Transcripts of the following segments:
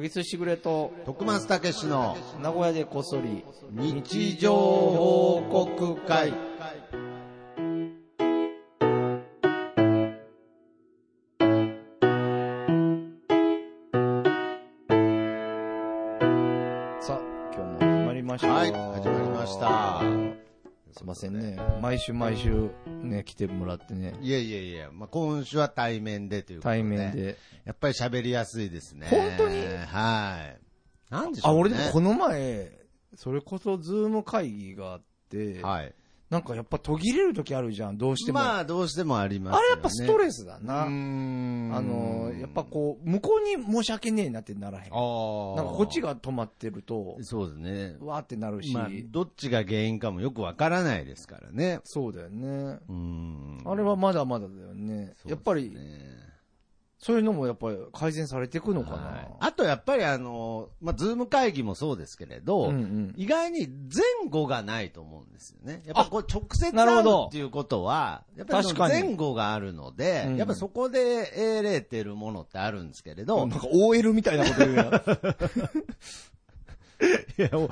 ぎすしぐれと、徳松たけしの名古屋でこっそり、日常報告会。さあ、今日も始まりました。はい、始まりました。。すいませんね。毎週毎週ね、来てもらってね、いやいやいや、まあ、今週は対面でということで。対面。で。やっぱり喋りやすいですね。本当にはい。なんでしょあ、う、ね。俺でもこの前、それこそズーム会議があって、はい。なんかやっぱ途切れる時あるじゃん、どうしても。まあ、どうしてもありますよあね。れやっぱストレススだな。うーん。あの、やっぱこう、向こうに申し訳ねえなってならへん。なんかああ。こっち。が止まってると、そうですね。わーってなるし、まあ、どっちが原因かもよくわからないですからね。そうだよね。うーん。あれはまだまだだよね。そうですね、やっぱり、そういうのもやっぱり改善されていくのかな。はいあとやっぱりあの、まあ、ズーム会議もそうですけれど、うんうん意外に前後がないと思うんですよね。やっぱこう直接なる会ほうどっていうことは、やっぱりその確かに前後があるので、うんうんやっぱそこで得れてるものってあるんですけれど、 なんか OL みたいなこと言うやん。いや、お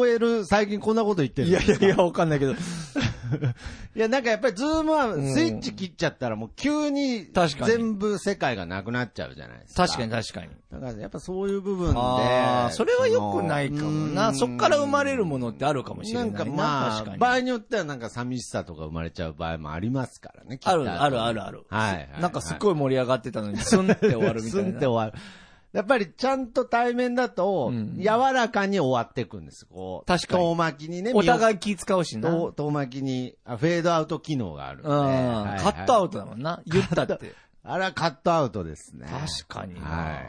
OL 最近こんなこと言って るいやいやいや、わかんないけど。いや、なんかやっぱりズームはんスイッチ切っちゃったらもう急に確かに全部世界がなくなっちゃうじゃないですか。 確かに。確かに。だからやっぱそういう部分で。ああ、それは良くないかもな。そっっから生まれるものってあるかもしれないな。んかまあ確、場か合に。によってはなんか寂しさとか生まれちゃう場合もありますからね。きっとある、ある、ある、ある。はいはいはいなんかすっごい盛り上がってたのに、スンって終わるみたすいんでな。終わる。やっぱりちゃんと対面だとうん、柔らかに終わっていくんです。こう。確かに遠巻きにね。おい互い気使うしな。うん。遠遠巻きに、あフェードアウト機能があるんで。カはいはいットアウトだもんな。言 ったって。あれはカットアウトですね。確かにな。はいはいはい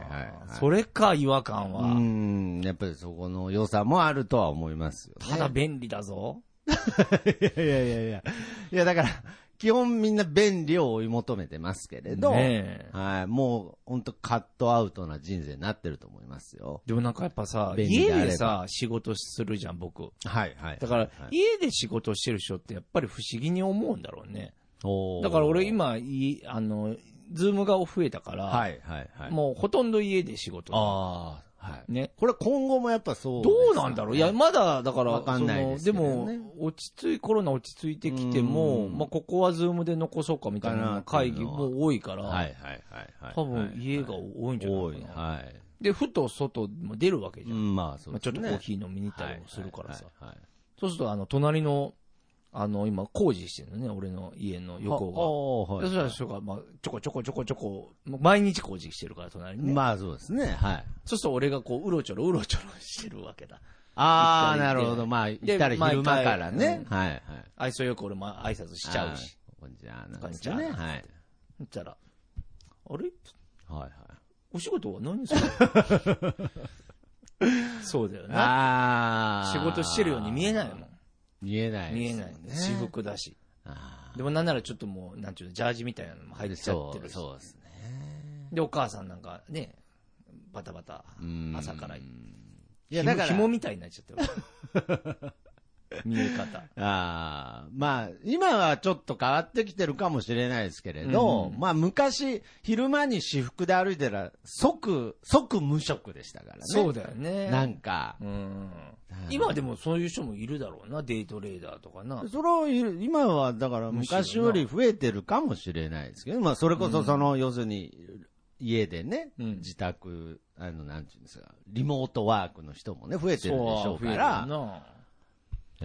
それか、違和感は。うん、やっぱりそこの良さもあるとは思いますよね。ただ便利だぞ。 いやいやいやいや。いやだから、基本みんな便利を追い求めてますけれど、ねえはい、もう本当カットアウトな人生になってると思いますよ。でもなんかやっぱさ、便利家であればでさ、仕事するじゃん、僕。はいはい。だからは、い家で仕事してる人ってやっぱり不思議に思うんだろうね。おーだから俺、今、いあの、ズームが増えたから、はいはいはい。もうほとんど家で仕事。ああ、はい。ね。これ今後もやっぱそう、どうなんだろういや、、まだ、だから、わかんないですそけどの、ねでも、落ち着い、コロナ落ち着いてきても、うんまあ、ここはズームで残そうかみたいかななってい会う議のはも多いから、はいはいはいはい。多分家がはい多いんじゃない多かい。な。はい。で、ふと外も出るわけじうゃん。ん、まあそうまあ、でちょすっね。とコーヒー飲みに行ったりもするからさ。はいはいはいはいそうすると、あの、隣の、あの、今、工事してるのね、俺の家の横あが。あでそーしはいたら人が、まあ、ちょこちょこちょこちょこ、もう毎日工事してるから、隣にね。まあそうですね、はい。そうすると俺がこう、うろちょろ、うろちょろしてるわけだ。ああ、行ったなりるほど。まあ、行ったら毎昼間回からね。はいはい。愛想よく俺も挨拶しちゃうし。はい。こんにちは、なんこんにですちね。ははい。そしたら、あれはいはい。お仕事は何ですか そうだよな。ああ。仕事してるように見えないもん。見えない見でえすなね。い。私服だし。あでもなんならちょっともう、なんちゅうの、ジャージみたいなのもあ。入っちゃってるし。そうそうですね。で、お母さんなんかね、バタバタうん、朝から。いいや、だから。紐みたいになっちゃって る。見え方。ああ、まあ、今はちょっと変わってきてるかもしれないですけれど、うんまあ昔、昼間に私服で歩いてたら、即、即無職でしたからね。そうだよね。なんか、うんあ。ー今でもそういう人もいるだろうな、デイトレーダーとかな。それを今はだから昔より増えてるかもしれないですけど、まあそれこそその、要するに家でね、うん自宅、あの、なんていうんですか、リモートワークの人もね、増えてるでしょう増えかるら、な。い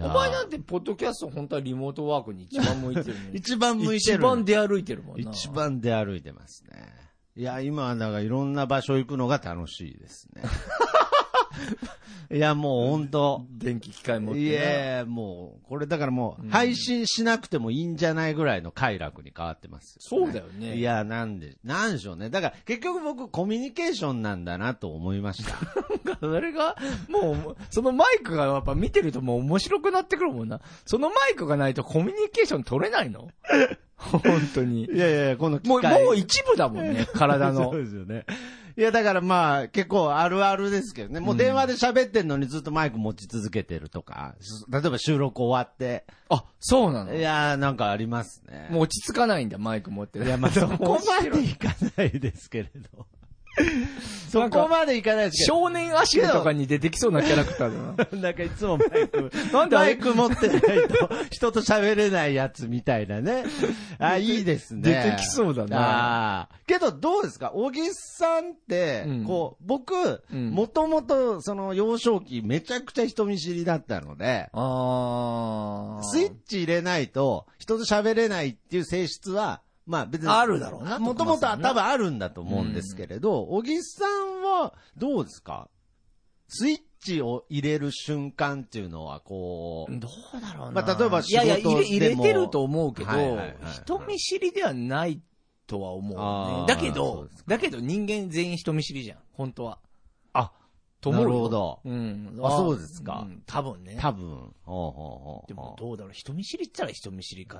おやー前なんて、ポッドキャスト本当はリモートワークに一番向いてるのに一番向いて一る。番出歩いてるもんな。一番出歩いてますね。いや、今はだからいろんな場所行くのが楽しいです ね。いや、もう本当。電気機械持っいてや、もう、これだからもう、配信しなくてもいいんじゃないぐらいの快楽に変わってますよ、そうだよねいや、なんで、なんでしょうね。だから、結局僕、コミュニケーションなんだなと思いました。な。それが、もう、そのマイクがやっぱ見てるともう面白くなってくるもんな。そのマイクがないとコミュニケーション取れないの本当に。 いやいやいや、この機もう、会もう一部だもんね、体の そう。ですよね。いや、だからまあ、結構あるあるですけどね。もう電話で喋ってんのにずっとマイク持ち続けてるとか、例えば収録終わって。あ、そうなのいやー、なんかありますね。 もう落ち着かないんだ、マイク持って。いや、まあ、そこまで面白いいかないですけれど。そこまでいかないですけど。少年アシュとかに出てきそうなキャラクターだな。 なんかいつもマイク、 なんであマれイク持ってないと、人と喋れないやつみたい なね。あ、いいですね。出てきそうだなあーけどどうですか小木さんって、うんこう、僕、うんもともと、その幼少期めちゃくちゃ人見知りだったので、あスイッチ入れないと、人と喋れないっていう性質は、まあ別に。あるだろうなもともと徳間はさんな多分あるんだと思うんですけれど、小木さんはどうですかスイッチを入れる瞬間っていうのは、こう、どうだろうな。まあ例えばいやいや、仕入事れ入でれもてると思うけどはいはいはいはい、人見知りではないとは思うね。あーだけそうどです、だけど人間全員人見知りじゃん、本当は。あ、と思うよなるほどうん。あそうですかん多分ね。多分。ほうほうほうでもどうだろう、人見知りって言ったら人見知りか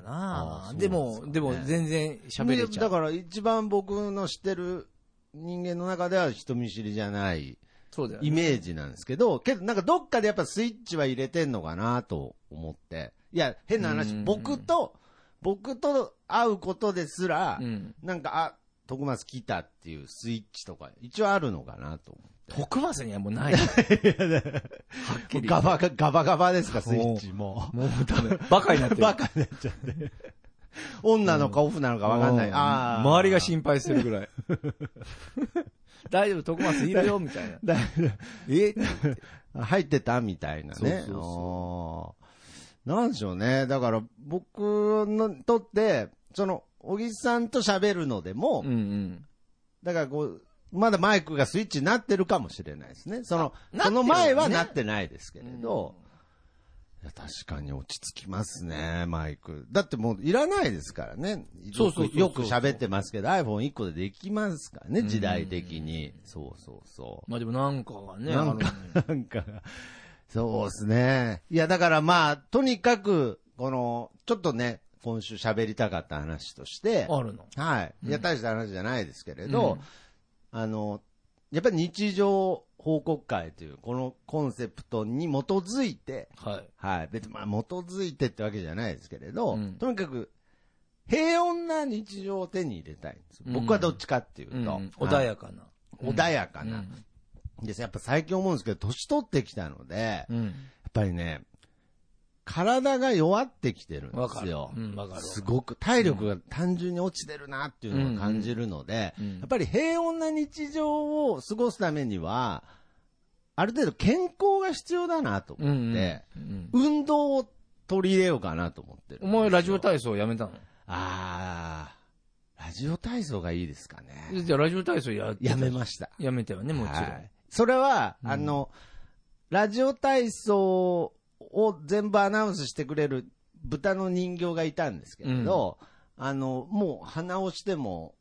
なあーでそもう、なんですでかねも全然喋れちゃだう。から一番僕の知ってる人間の中では人見知りじゃないそうだよねイメージなんですけど、けどなんかどっかでやっぱスイッチは入れてんのかなと思って。いや、変な話う、ん僕と、僕と会うことですらう、ん。なんか、あ、徳松来たっていうスイッチとか、一応あるのかなと思徳松にはもう ない。はっきう。り。ガバガガバガバですか、スイッチもう。もうダメ。バカになってる。バカになっちゃって。オンなのかオフなのかわかんなうい。あー周りが心配するぐらい。 大丈夫、徳松いる よ、みたいな。だえ入ってたみたいなね。そうそうあーなんでしょうね。だから僕のとって、その、小木さんと喋るのでも、うんうん。だからこう、まだマイクがスイッチになってるかもしれないですね。その、なってそるよねの前はなってないですけれど、いや確かに落ち着きますね、マイク。だってもういらないですからね。そうそうそうそうよくよく喋ってますけど、iPhone1 個でできますからね、時代的に。そうそうそう。まあでもなんかがね、なんかあの、 なんか、そうですね。いや、だからまあ、とにかく、この、ちょっとね、今週喋りたかった話として、あるの。はい。いや、うん大した話じゃないですけれど、あの、やっぱり日常報告会という、このコンセプトに基づいて、はい。はい。別に、まあ、基づいてってわけじゃないですけれど、うんとにかく、平穏な日常を手に入れたいんですよ。僕はどっちかっていうと、うん穏やかな。はい穏やかな。うんです。やっぱ最近思うんですけど、年取ってきたので、やっうん。ぱりね、体が弱ってきてるんわでかする。よ。うん、わかる。すごく体力が単純に落ちてるなっていうのを感じるので、うんうんやっぱり平穏な日常を過ごすためには、ある程度健康が必要だなとうんう思っん。て、うん運動を取り入れようかなと思ってるんですおよ。前、ラジオ体操やめたのあー、ラジオ体操がいいですかね。じゃあ、ラジオ体操やってたやめました。やめたよね、もちろはいそれは、うんあの、ラジオ体操を全部アナウンスしてくれる豚の人形がいたんですけれど、あの、もう鼻をしても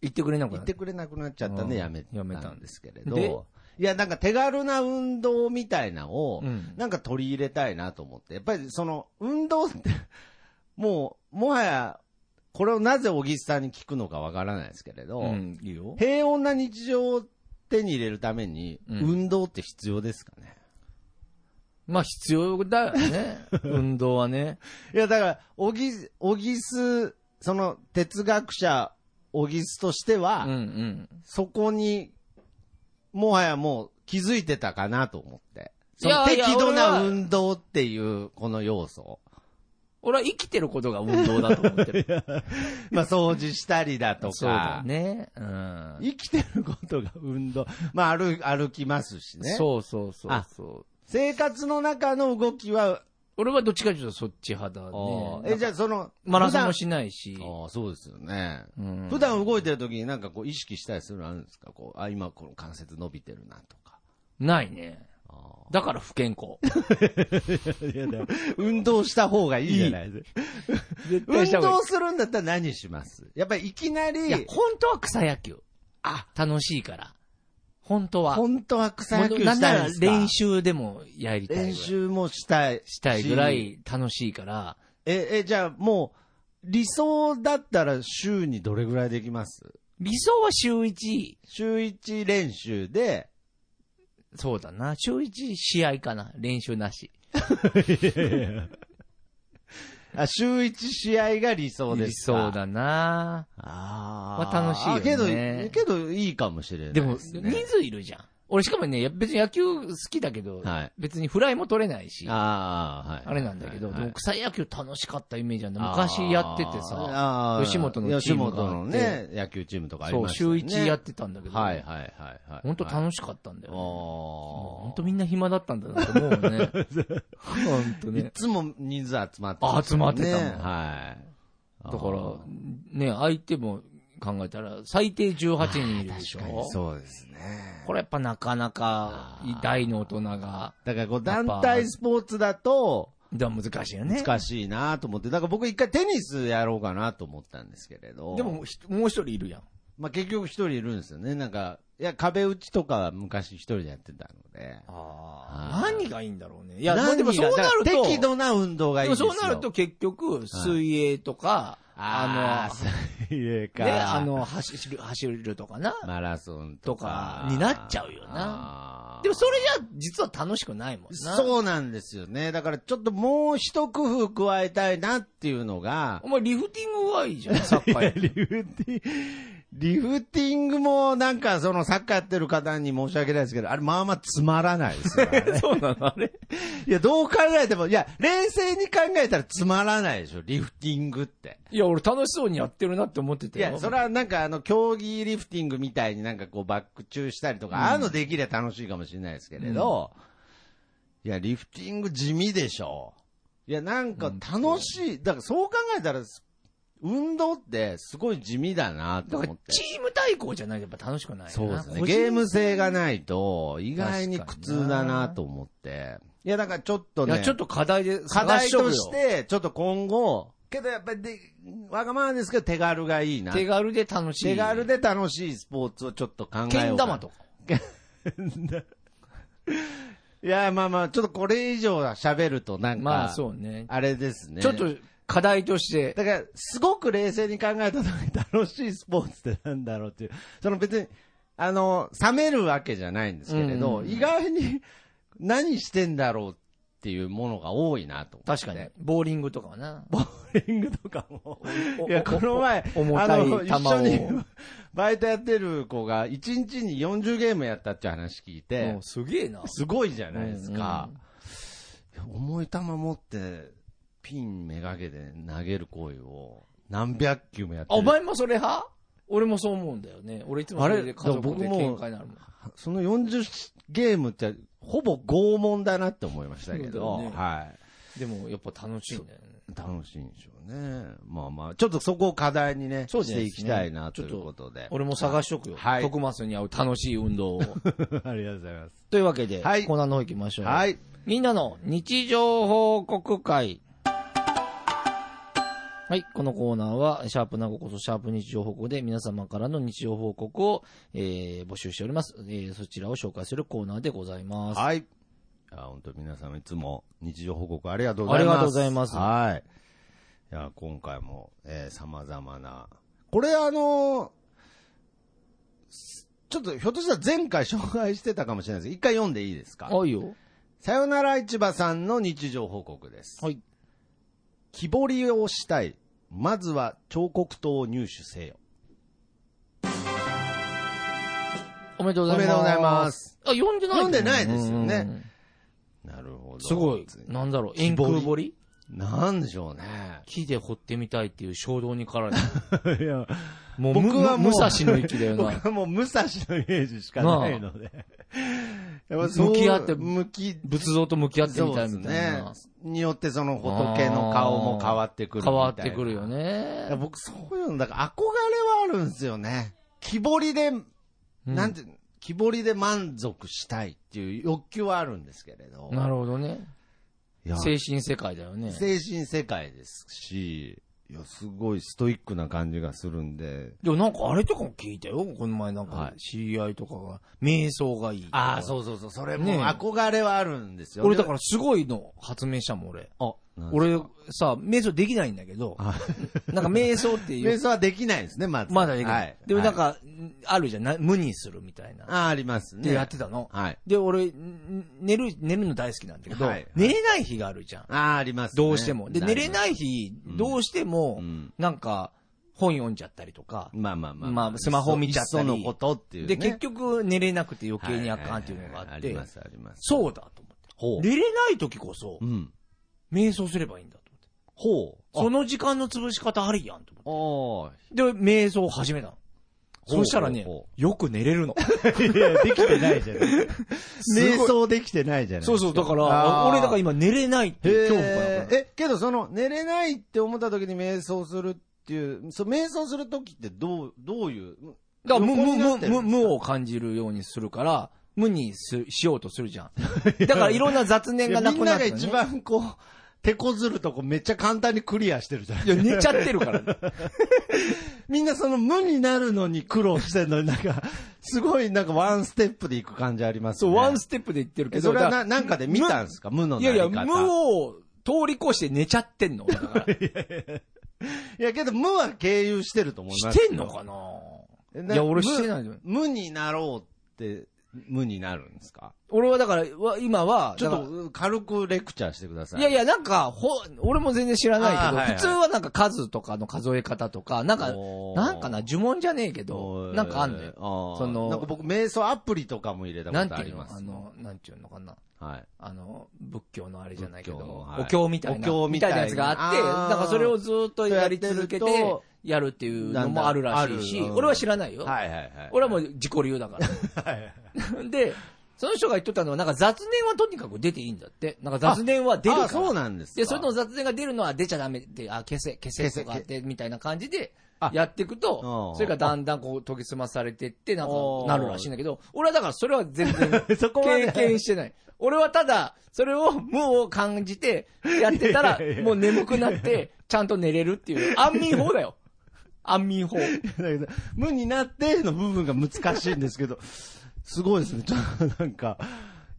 ん。言ってくれなく言なっってた。くれなくなっちゃったんでうんやめたやめたんんでですけれでど、いや、なんか手軽な運動みたいなを、うん。なんか取り入れたいなと思って。やっぱりその、運動って、もう、もはや、これをなぜ小木さんに聞くのかわからないですけれど、うん、いいよ。平穏な日常を手に入れるために、うん運動って必要ですかね。まあ、必要だよね。 運動はね。いや、だから、おぎ、おぎす、その哲学者、おぎすとしてうは、んうん。そこに、もはやもう気づいてたかなと思って。そのいやいや適度俺なは運動っていう、この要素。俺は生きてることが運動だと思ってる。まあ、掃除したりだとそうだか、ね。うん。生きてることが運動。まあ、歩、歩きますしね。そうそうそうそう。生活の中の動きは、俺はどっちかというとそっち派だね。え、じゃあその、マラソン普段もしないし。ああ、そうですよね。うん普段動いてる時になんかこう意識したりするのあるんですかこう、あ、今この関節伸びてるなとか。ないね。あだから不健康。あ。いやだ 運動した方がいいじゃないですか。 絶運した方が動するんだったら何しますやっぱりいきなり、いい。いや、本当は草野球。あ、楽しいから。本当は。本当は草野球なんしなたいんらですか練習でもやりたいぐらい。練習もしたい。したいぐら。い楽しいから。え、え、じゃあもう、理想だったら週にどれぐらいできます理想は週1、週1練習で、そうだな。週1試合かな。練習なし。あ週1試合が理想で理すか。想。だなあまあ。あ楽しいよねあけど、けどいいかもしれないでも、すね人数いるじゃん。俺しかもね、や別に野球好きだけど、はい別にフライも取れないし、あああ、はい。れなんだけど、はいでも草野球楽しかったイメージなんだ。昔やっててさ、あー吉本のチームがあって吉本のね、野球チームとかありそう、ました週よね。 1やってたんだけど、はいはいはいはい。本当し楽しかったんだい。よ、ね。もう本本当みんな暇だったんだなと思う ね。本当いね。つも人数集まってました集まってたもんはい。だから、ね、相手も考えたら、最低18人いるでしょ。確かにそうですね。これやっぱなかなか大の大人が、だからこうやっ団ぱ体スポーツだとだから難しいよね。難しいなと思って、だから僕一回テニスやろうかなと思ったんですけれど。でも、ひもう一人いるやん。まあ結局一人いるんですよね。なんか、いや壁打ちとかは昔一人でやってたので。あはい何がいいんだろうね。いいや、でもそうなると、適度な運動がいでいんもですよ。そうなると結局、水泳とか、ああの、水泳の、か。ね、あの、走る、走るとかな。マラソンとか。とかになっちゃうよなあーでもそれじゃ、実は楽しくないもんな。う。そうなんですよね。だからちょっともう一工夫加えたいなっていうのがお、前リフティング はいいじゃん、サッカーやってリフティング、リフティングもなんかそのサッカーやってる方に申し訳ないですけど、あれまあまあつまらないですよ、 ね。そう なのあれいや、どう考えても、いや、冷静に考えたらつまらないでしょ、リフティングって。いや、俺楽しそうにやってるなって思っていたよ。や、それはなんかあの、競技リフティングみたいになんかこうバック中したりとか、ああいうのできりゃ楽しいかもしれないですけれど、いや、リフティング地味でしょ。いや、なんか楽しい。だからそう考えたら、運動ってすごい地味だなとだか思らって。チーム対抗じゃないとやっぱ楽しくないなそうですね。個人ゲーム性がないと、意外に苦確かにな痛だなと思って。いや、だからちょっといや、ね、ちょっと課題で課探題しとくよとして、ちょっと今後、けどやっぱりで、わがままですけど手軽がいいな。手軽で楽しい。手軽で楽しいスポーツをちょっと考えようけん玉と。とか。いや、まあまあ、ちょっとこれ以上は喋るとなんか、まあそうね。あれですね。ちょっと、課題として、だから、すごく冷静に考えた時に楽しいスポーツってなんだろうっていう。その別に、あの、冷めるわけじゃないんですけれど、うん意外に何してんだろうっていうものが多いなと。確かに。ボーリングとかはな。ボーリングとかも。おいや、おこの前、お重あたい球の、を。一緒に、バイトやってる子が、1日に40ゲームやったっていう話聞いて、もうすげえな。すごいじゃないですか。いや重い球持って、ピンめがけて投げる行為を、何百球もやってあ、る。お前もそれ派俺もそう思うんだよね。俺いつもそれで家あれでも族僕でも喧嘩になるもん。その40ゲームって、ほぼ拷問だなって思いましたけそうど、だよねはでもやっぱ楽しいんだよね。い。楽しいんでしょうね。まあまあ、ちょっとそこを課題にね、そうでしすねていきたいなちょとっいとうことで。俺も探しとくよ。はい徳松に合う楽しい運 動を。ありがとうございます。というわけで、はいコーナーの方行きましょう。はい。みんなの日常報告会。はい。このコーナーは、シャープなごこそ、シャープ日常報告で皆様からの日常報告を、えー募集しております、えーそちらを紹介するコーナーでございます。はい。いや、本当皆様いつも日常報告ありがとうございあまりす。がとうございますはい。いや、今回も、えー、様々な。これあのーすちょっとひょっとしたら前回紹介してたかもしれないです一回読んでいいですかあ、いいよ。さよなら市場さんの日常報告です。はい。木彫りをしたい。まずは彫刻刀を入手せよ。おめでとうございます。おめでとうございます。あ、読んでない読んでないですうよねんうんうんなるほど。すごい。なんだろう、円空彫りなんでしょ うね。木で掘ってみたいっていう衝動にかられた。いや、もう、 僕むはも武う蔵の域だよ僕な。はもう武蔵のイメージしかないので。やっぱそう向き合って向き、仏像と向き合ってみたいみたいな。そうですね。によってその仏の顔も変わってくるみた変いな。わってくるよいや。ね。僕そういうの、だから憧れはあるんですよね。木彫りで、なんて、木彫りで満足したいっていう欲求はあるんですけれど。なるほどね。いや精神世界だよね。精神世界ですし、いや、すごいストイックな感じがするんで。でもなんかあれとかも聞いたよ。この前なんはかい知り合いとかが、瞑想がいいとか。ああ、そうそうそう。それねも憧れはあるんですよ。俺だからすごいの発明したもん俺。あ、なんです俺さ、瞑想できないんだけど、あなんか瞑想ってい瞑う、想はできないですね、まず。まだできない。はいでもなんか、はいあるじゃんな、無にするみたいな。あ、ありますでね。やってたの。はい。で、俺、ん寝る、寝るの大好きなんだけど、はいはい寝れない日があるじゃん。ああ、ありますね。どうしても。で、寝れない日、うんどうしても、うんなんか、本読んじゃったりとか、まあまあまあ。まあスマホ見ちゃったりいっそのことっていうで、ね。結局寝れなくて余はい計はいにはあい、かんっていうのがあっありてま、す、あります。そうだと思って。ほ寝れない時こそう。、うん。瞑想すればいいんだと思って。ほう。その時間の潰し方ありやんと思って。おで、瞑想を始めたの。ほうそしたらねほうほ、よく寝れ るの。いや、できてないじゃない。すご 瞑い想できてないじゃないですそうそう、だから、あー俺だから今寝れないっていう恐怖がなへくーなるえ、けどその、寝れないって思った時に瞑想するっていう、そう瞑想する時ってどう、どういう、だから無、横にな無、ってるんです無、か無を感じるようにするから、無にすしようとするじゃん。だからいろんな雑念いがやなみくんななっがて、一。番こう、手こずるとこめっちゃ簡単にクリアしてるじゃんい。や、寝ちゃってるから。みんなその無になるのに苦労してるのになんか、すごいなんかワンステップでいく感じありますそ ね。う、ワンスステップで言ってるテッけプ。ど。それだはかな、なんかで見たんですか無らのいなやいりや、方。無を通り越して寝ちゃって んの。だからいや、けど無は経由してると思います。してんのかないや、俺してない。無無になろうって、無になるんですか俺はだから、わ今は、ちょっだからと軽くレクチャーしてください。いやいや、なんか、ほ、俺も全然知らないけど、あーはいはい普通はなんか数とかの数え方とか、なんか、おーなんかな、呪文じゃねえけど、なんかあんのよ。よそのなんか僕、瞑想アプリとかも入れたこなんとてあいりうのまあす。の、なんていうのかな。はい。あの、仏教のあれじゃないけど、仏教のはいお経みたいな。お経みたいなやつがあって、あーだからそれをずっとやり続けてやってると、やるっていうのもあるらしいし、なんだあるうん俺は知らないよ。はいはいはい。俺はもう自己流だから。で、その人が言っとったのは、なんか雑念はとにかく出ていいんだって。なんか雑念は出るかあら。そうなんですかで、それとも雑念が出るのは出ちゃダメで、あ、消せ、消せ消せとかって、みたいな感じであ、やっていくうとん、それがだんだんこう研ぎ澄まされてって、なんかおー、なるらしいんだけど、俺はだからそれは全然 そこまで経験してない。俺はただ、それを無を感じて、やってたらいやいやい、やもう眠くなって、ちゃんと寝れるっていう、安眠法だよ。安眠法。だけど、 無になっての部分が難しいんですけど、すごいですね。ちょっとなんか、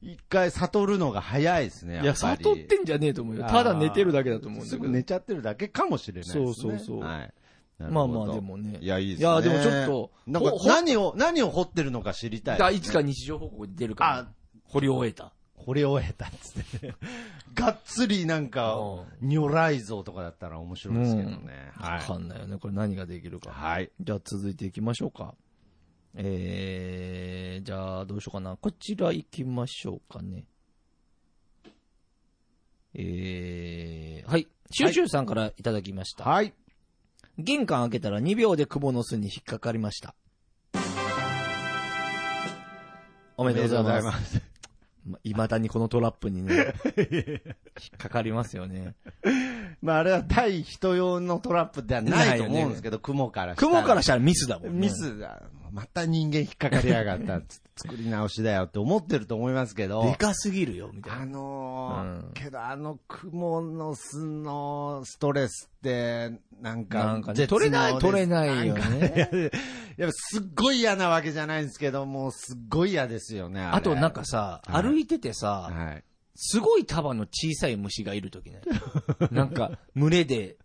一回悟るのが早いですね。いや、っぱり悟ってんじゃねえと思うよ。ただ寝てるだけだと思うんだすけぐど。寝ちゃってるだけかもしれないですね。そうそうそうはい。なるまあほどまあ、で。もね。いや、いいですね。いやでもちょっとなんかほほ何を、何を掘ってるのか知りたいだでかすらね。いつか日常報告で出るから。掘り終えた。掘れ終えたっつって。がっつりなんかう、如来像とかだったら面白いですけどね。はわい。かんないよね。これ何ができるか。はい。じゃあ続いていきましょうか。えー、じゃあどうしようかな。こちら行きましょうかね。えー、はい。シューシューさんからいただきました。はい。玄関開けたら2秒で蜘蛛の巣に引っかかりました。おおめでとうございます。めでとうす。まあ、未だにこのトラップにね、引 っかかりますよね。まああれは対人用のトラップではないと思うんですけど、雲からした雲からしたらミスだもんね。ミ。スだ。また人間引っかかりやがった。つって作り直しだよって思ってると思いますけでど。かすぎるよ、みたいあな。のーうんけどあの雲の巣のストレスって、なんか、なんかね絶妙取れないです取れないよねんか いややっぱすっごい嫌なわけじゃないんですけど、もうすっごい嫌ですよね。れあとなん、かさ、はい歩いててさ、はい。すごい束の小さい虫がいると きね。なんか、群れで、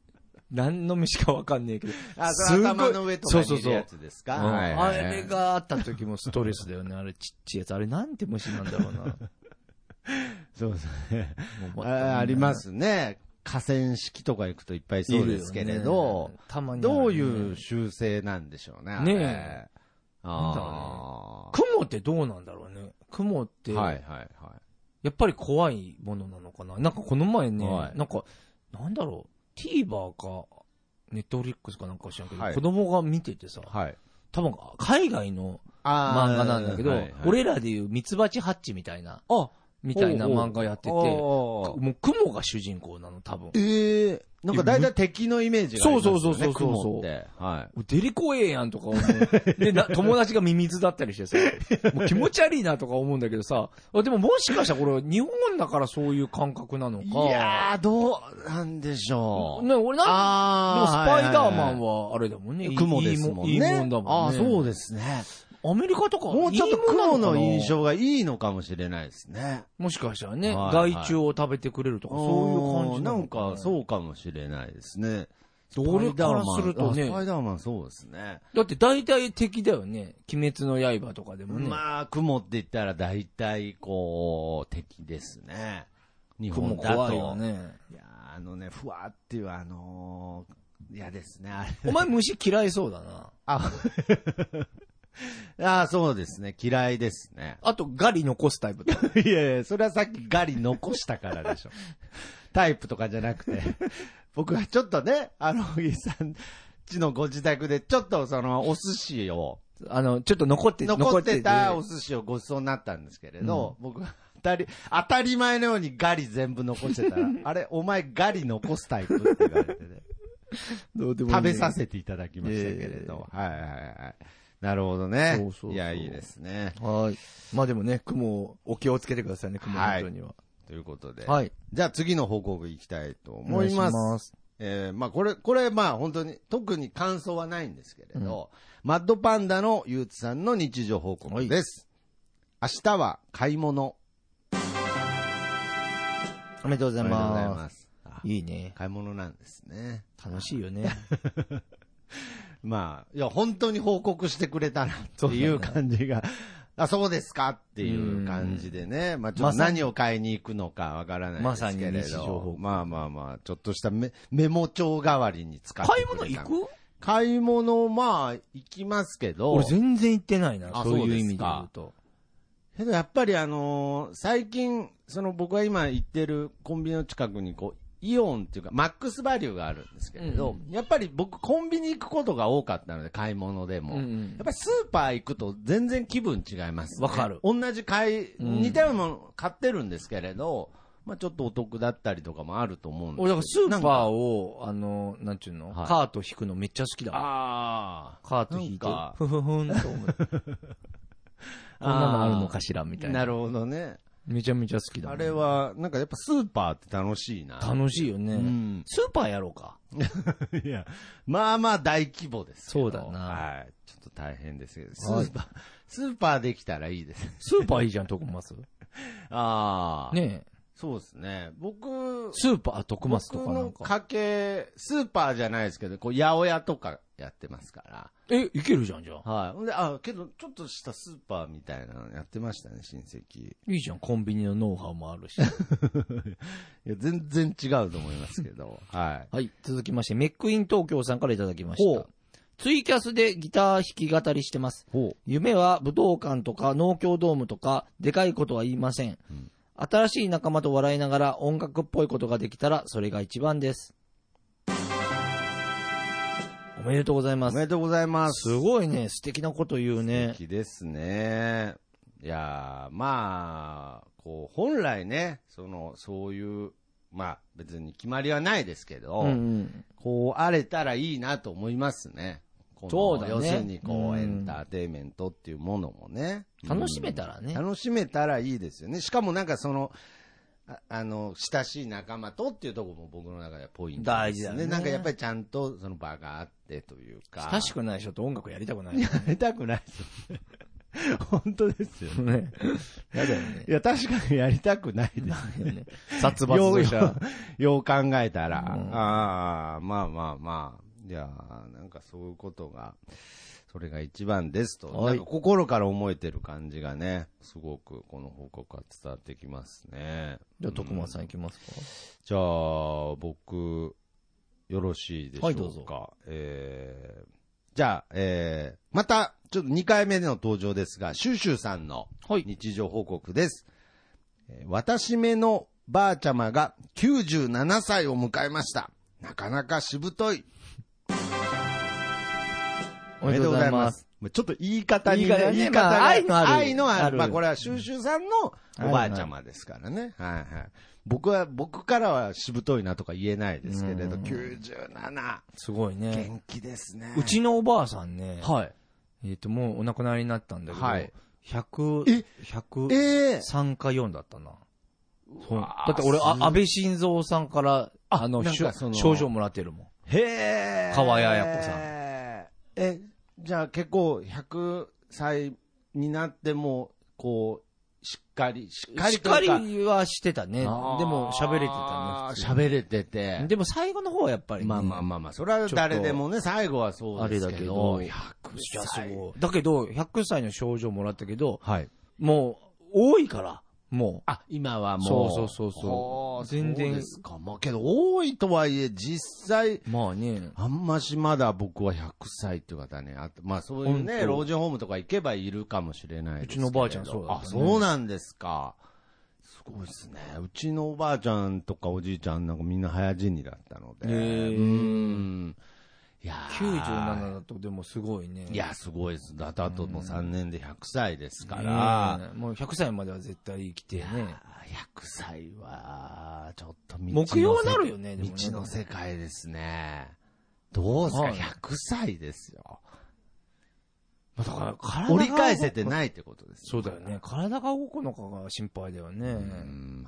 何の虫かわかんねえけど。あ、すそれごい頭の上とかにいそうそるやうそうつですかうんはいはいはいあれがあった時もストレスだよね。あれちっちゃいやつ。あれなんて虫なんだ ろうな。もそうですね。うまたあありま。すね。河川敷とか行くといっぱいそうですけいれど、るよねたまにあるねどういう習性なんでしょうね。あれねえなんだろああ。雲ってどうなんだろうね。雲って、はいはいはい。やっぱり怖いものなのかな。なんかこの前ね、はいなんか、なんだろう、TVer か、ネットフリックスかなんか知らんけど、はい子供が見ててさ、はい。多分海外のあ漫画なんだけど、はいはい俺らでいうミツバチハッチみたいな、あ、みたいな漫画やってて、おうおうもう雲が主人公なの、多分。ええなんか大体敵のイメージがありますよね。そうそうそうそうそう雲って。はデリコええやんとか思う。で、 な友達がミミズだったりしてさ、もう気持ち悪いなとか思うんだけどさ、あでももしかしたらこれ日本だからそういう感覚なのか。い。いやー、どうなんでしょう。ね、俺なんでもスあパイダーマンははあれだもんね。雲ですもんね。いいもんいいもんだもんね。ああ、そうですね。アメリカとか、もうちょいっといも雲なかのな印。象がいいのかもしれないですね。もしかしたらね、はいはい害虫を食べてくれるとか、そういう感じなのんか、そうかもしれないですね。どれからするとねスパイダーマンあスパイダーマンそうですね。だって大体敵だよね。鬼滅の刃とかでもね。まあ、雲って言ったら大体、こう、敵ですね。日雲本だと。怖いよね。いや、あのね、ふわっていう、あのー、嫌ですね。あれお前虫嫌いそうだ な。あ、あそうですね。嫌いですね。あと、ガリ残すタイプだ。 いやいや、それはさっきガリ残したか らでしょ。タイプとかじゃなくて。僕はちょっとね、あの、小木さんちのご自宅で、ちょっとその、お寿司を、あの、ちょっと残って、残ってたおて寿司をご馳走になったんですけれど、僕は当たり、当たり前のようにガリ全部残してた ら、あれ、お前ガリ残すタイプって言われてね。どうでもいい食べさせていただきましたけれど。はいはいはい。なるほどね。そうそうそういや、いいですね。はい。まあでもね、雲、お気をつけてくださいね、雲は本い当には。ということで。はい。じゃあ次の報告いきたいとお思願いいします。ます。えーまあこれ、これまあ本当に特に感想はないんですけれど、マッドパンダのゆうつさんの日常報告です。明日は買い物。おめでとうごあ。ざいますあす。いいね。買い物なんですね。楽しいよ ね。まあ、いや、本当に報告してくれたなっていう感 じが、あ、そうですかっていう感じでね、まあちょっまとさに何を買いに行くのかわからないですけまされに日常報ど、告まあまあまあ、ちょっとしたメメモ帳代わりに使ってく買れいた物行く買い物、まあ、行きますけど、俺全然行ってないな、あそうそういうで意す味でか言うと。けどやっぱりあのー最近、その僕が今行ってるコンビニの近くにこう、イオンっていうか、マックスバリューがあるんですけれど、やっぱり僕コンビニ行くことが多かったので、買い物でも。うんうんやっぱりスーパー行くと全然気分違います、わかる同じ買い、うん似たようなもの買ってるんですけれど、まあちょっとお得だったりとかもあると思うんです俺、だからスーーパーを、あの、なんちゅうのはいカート引くのめっちゃ好きだわ。ああ。カート引いてなんか、ふふふんと思 って。こんなのあるのかしらみたいなな。るほどね。めちゃめちゃ好きだね。あれは、なんかやっぱスーパーって楽しいな。楽しいようね。ん。スーパーやろうか。いや、まあまあ大規模ですけどそうだなはい。ちょっと大変ですけど、スはいーパー、スーパーできたらいいです。スーパーいいじゃん、徳松。ああ。。ねえ。そうですね。僕、スーパー、徳松と僕かなのんか。家系、スーパーじゃないですけど、こう、八百屋とかやってますかえ、いけるじゃん、じゃあ。ら。はい。ほんで、あ、けど、ちょっとしたスーパーみたいなのやってましたね、親戚。いいじゃん、コンビニのノウハウもあるし。いや、全然違うと思いますけ ど、はい。はい、続きまして、メックイン東京さんからいただきましほたう。ツイキャスでギター弾き語りしてます。ほ夢は武道館とか農協ドームとか、でかいことは言いません。うん新しい仲間と笑いながら音楽っぽいことができたら、それが一番です。おめでとうございまおめす。でとうございます。すごいね、素敵なこと言う素ね。敵ですね。いやーまあ、こう、本来ね、その、そういう、まあ、別に決まりはないですけど、うんうん、こう、荒れたらいいなと思いますね。このそうだね要するに、こう、うんエンターテインメントっていうものもね。楽しめたらうんね。楽しめたらいいですよね。しかもなんかその、ああの、親しい仲間とっていうところも僕の中ではポイントです、大事だねなんかやっぱりちゃんとその場があってというか。親しくない人と音楽 やりたくないよやりたくないですよ ね。本当ですよね。ね。やだよね。いや、確かにやりたくない です。殺伐ようとよした。う、 よう考えたら。うんああ、まあまあまあ。いやー、なんかそういうことが、それが一番ですと。はいなんか心から思えてる感じがね、すごくこの報告は伝わってきますね。じゃあ、徳間さんいきますか。じゃあ、僕、よろしいでしょうか。はいどうぞえーじゃあ、えーまた、ちょっと2回目の登場ですが、シューシューさんのはい日常報告です。えー私めのばあちゃまが97歳を迎えました。なかなかしぶとい。おめでとうございます。。ちょっと言い方にね、言い方ね言い方まがあ愛のある愛のあるあるまあこれはシューシューさんのおばあちゃまですからね。はいはい。僕は、僕からはしぶといなとか言えないですけれど、うん97、すごいね。元気ですね。うちのおばあさんね、はい。えっと、もうお亡くなりになったんだけど、はい100え、え103えか4だったな。そうわだーって俺、あす安倍晋三さんから、あの、なんしょかその賞状もらってるもん。へえ。川谷綾子さんえ、じゃあ結構100歳になっても、こう、しっかり、しっかしりっというかかりはしてたね。でも喋れてたねあ普ー通喋れててに。。でも最後の方はやっぱり。まあまあまあまあ、それは誰でもね、最後はそうですけど。あれだけど100いや、歳。そう。だけど、100歳の症状もらったけど、はい。もう、多いから、もあ、今はもう。そうそうそうそうほう全然そうですか。まあけど、多いとはいえ、実際、う。まあね。あんましまだ僕は100歳っていう方ね、あとまあそういうね、本当老人ホームとか行けばいるかもしれないですけれどうちのばあちゃんそうだったねあ、そうなんですか。すごいですね。うちのおばあちゃんとかおじいちゃんなんかみんな早死にだったので。へーうん。いやー97だとでもすごいね。いや、すごいです。だってあともう3年で100歳ですねかえ、ら。もう100歳までは絶対生きてね。あー100歳は、ちょっと道の目標になるよねでも道ねの世界ですね。どうですか、はい ?100 歳ですよ。まあだから体が折り返せてないってことです、そうだよね。体が動くのかが心配だよね。うん。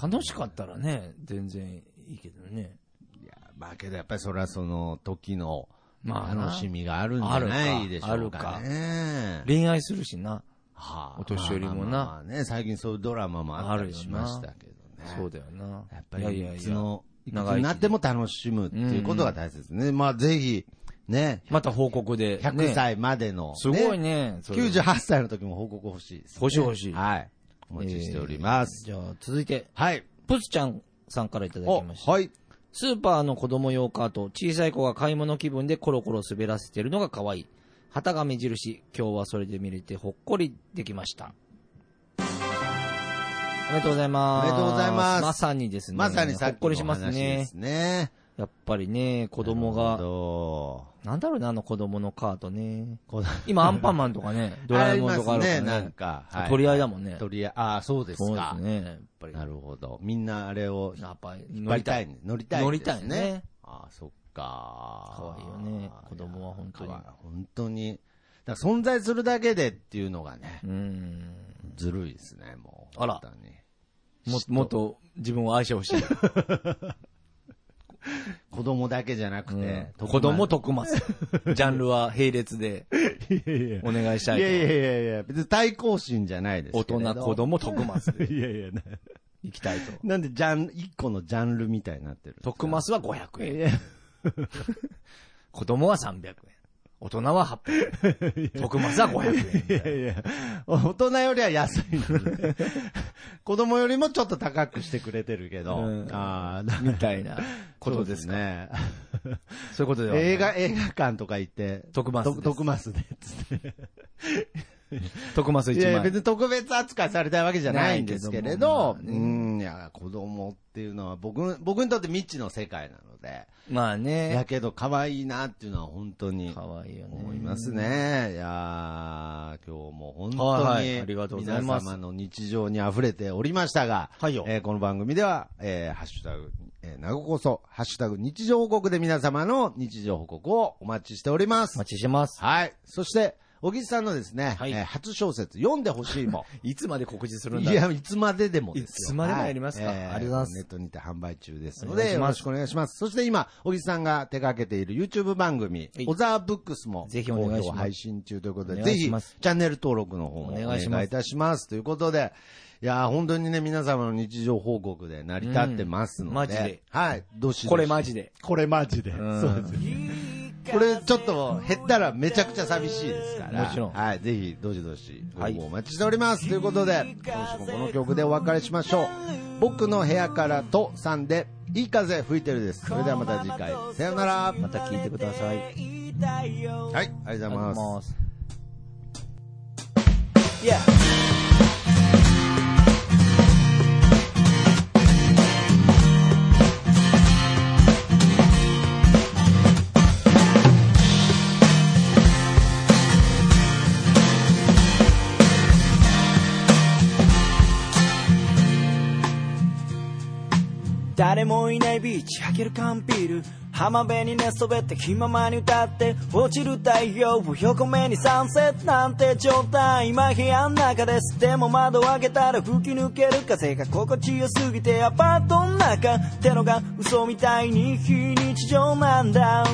楽しかったらね、全然いいけどね。いや、まあけどやっぱりそれはその時のまあな楽しみがあるんじゃないでしょうかね。恋愛するしな。はあお年寄りもなまあまあまあね、最近そういうドラマもあったりしましたけどね。そうだよな。やっぱり、いやいいつやいや。の、いくつになっても楽しむっていうことが大切ですね。まあぜひ、ね、また報告で。 100ね。歳までの、すごいね。ね。それ98歳の時も報告欲しいです、ね。欲しい欲しいはい。お待ちしております。じゃあ続いて、はい。プスちゃんさんからいただおきました。はい。スーパーの子供用カート、小さい子が買い物気分でコロコロ滑らせてるのが可愛い。旗が目印、今日はそれで見れてほっこりできました。おめでとうございます。おめでとうございますまさにですね。まさにさほっっきのこおりします話でねす。ね。やっぱりね、子供なるほが、どなんだろうな、あの子供のカートね。こう今、アンパンマンとか ね、ドラえもんとかああるかりますらね、なねん。か。取り合いだもんね取り合い、ああ、そうですそうでかす。ね、やっぱり。なるほど。みんなあれをやっぱり乗りたい。乗りたい。乗りたいね。ああ、そっか。可愛いよね子供は本当に可愛い本当に。だから存在するだけでっていうのがね、うん。ずるいですね、もう。あら本当にももっと自分を愛してほしい。子供だけじゃなくて、うん子供徳松。ジャンルは並列でいやいやいお願いしたやいと。いやいやいや、別に対抗心じゃないです大けれど。人、子。供、徳松でいやいや、な行きたいと。なんでジャン、一個のジャンルみたいになってるんですか。徳松は500円。いや子供は300円。大人は800円。徳松は500円。いやいや、大人よりは安い ので子供よりもちょっと高くしてくれてるけど、うんあ あ、みたいなことそうですね。ね。そういうことでは。映。画、映画館とか行って、徳松ですと徳マスで、つって。徳松いやいや1別万。に特別扱いされたいわけじゃないんですけれど、ないうけどもん、いや、子供っていうのは僕、僕にとって未知の世界なので、まあやね。けど可愛いなっていうのは本当にかわいいよね。思いますね。いやー今日も本当はいはいありがとうにござい皆ます様の日常に溢れておりましたが、はいよえーこの番組では、えーハッシュタグ、えー、なごこそ、ハッシュタグ日常報告で皆様の日常報告をお待ちしておりまおす。待ちしてます。はい。そして、小木さんのですね、はいえー初小説、読んでほしい も。いつまで告知するんいだや、いつまででもですよ。いつまでもやりますかはいありがとうございますネットにて販売中ですのお願いで、しよますろしくお願いします。そして今、小木さんが手掛けている YouTube 番組はい、小沢ブックスも、ぜひお願いします好評配信中ということで、お願ぜいひ、しチますャンネル登録の方もおお願願いいしますいたします。ということで、いやー、本当にね、皆様の日常報告で成り立ってますので、うんマジではい、どしどしこれマジで。これマジで。んそうですこれちょっと減ったらめちゃくちゃ寂しいですから。もちろんはい。ぜひ、どしどし、ごは応い募お待ちしております。ということで、今週もこの曲でお別れしましょう。僕の部屋からとさんで、いい風吹いてるです。それではまた次回、さよなら。はい、ありまた聞いてください。ありがとうございがとうござまい。すます。誰もいないビーチ開ける缶ビール浜辺に寝そべって気ままに歌って落ちる太陽を横目にサンセットなんて状態今部屋の中ですでも窓を開けたら吹き抜ける風が心地よすぎてアパートの中ってのが嘘みたいに非日常なんだ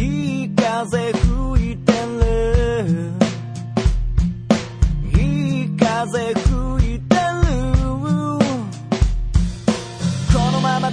いい風風吹いてるいい風吹いてるこのまま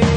ぜ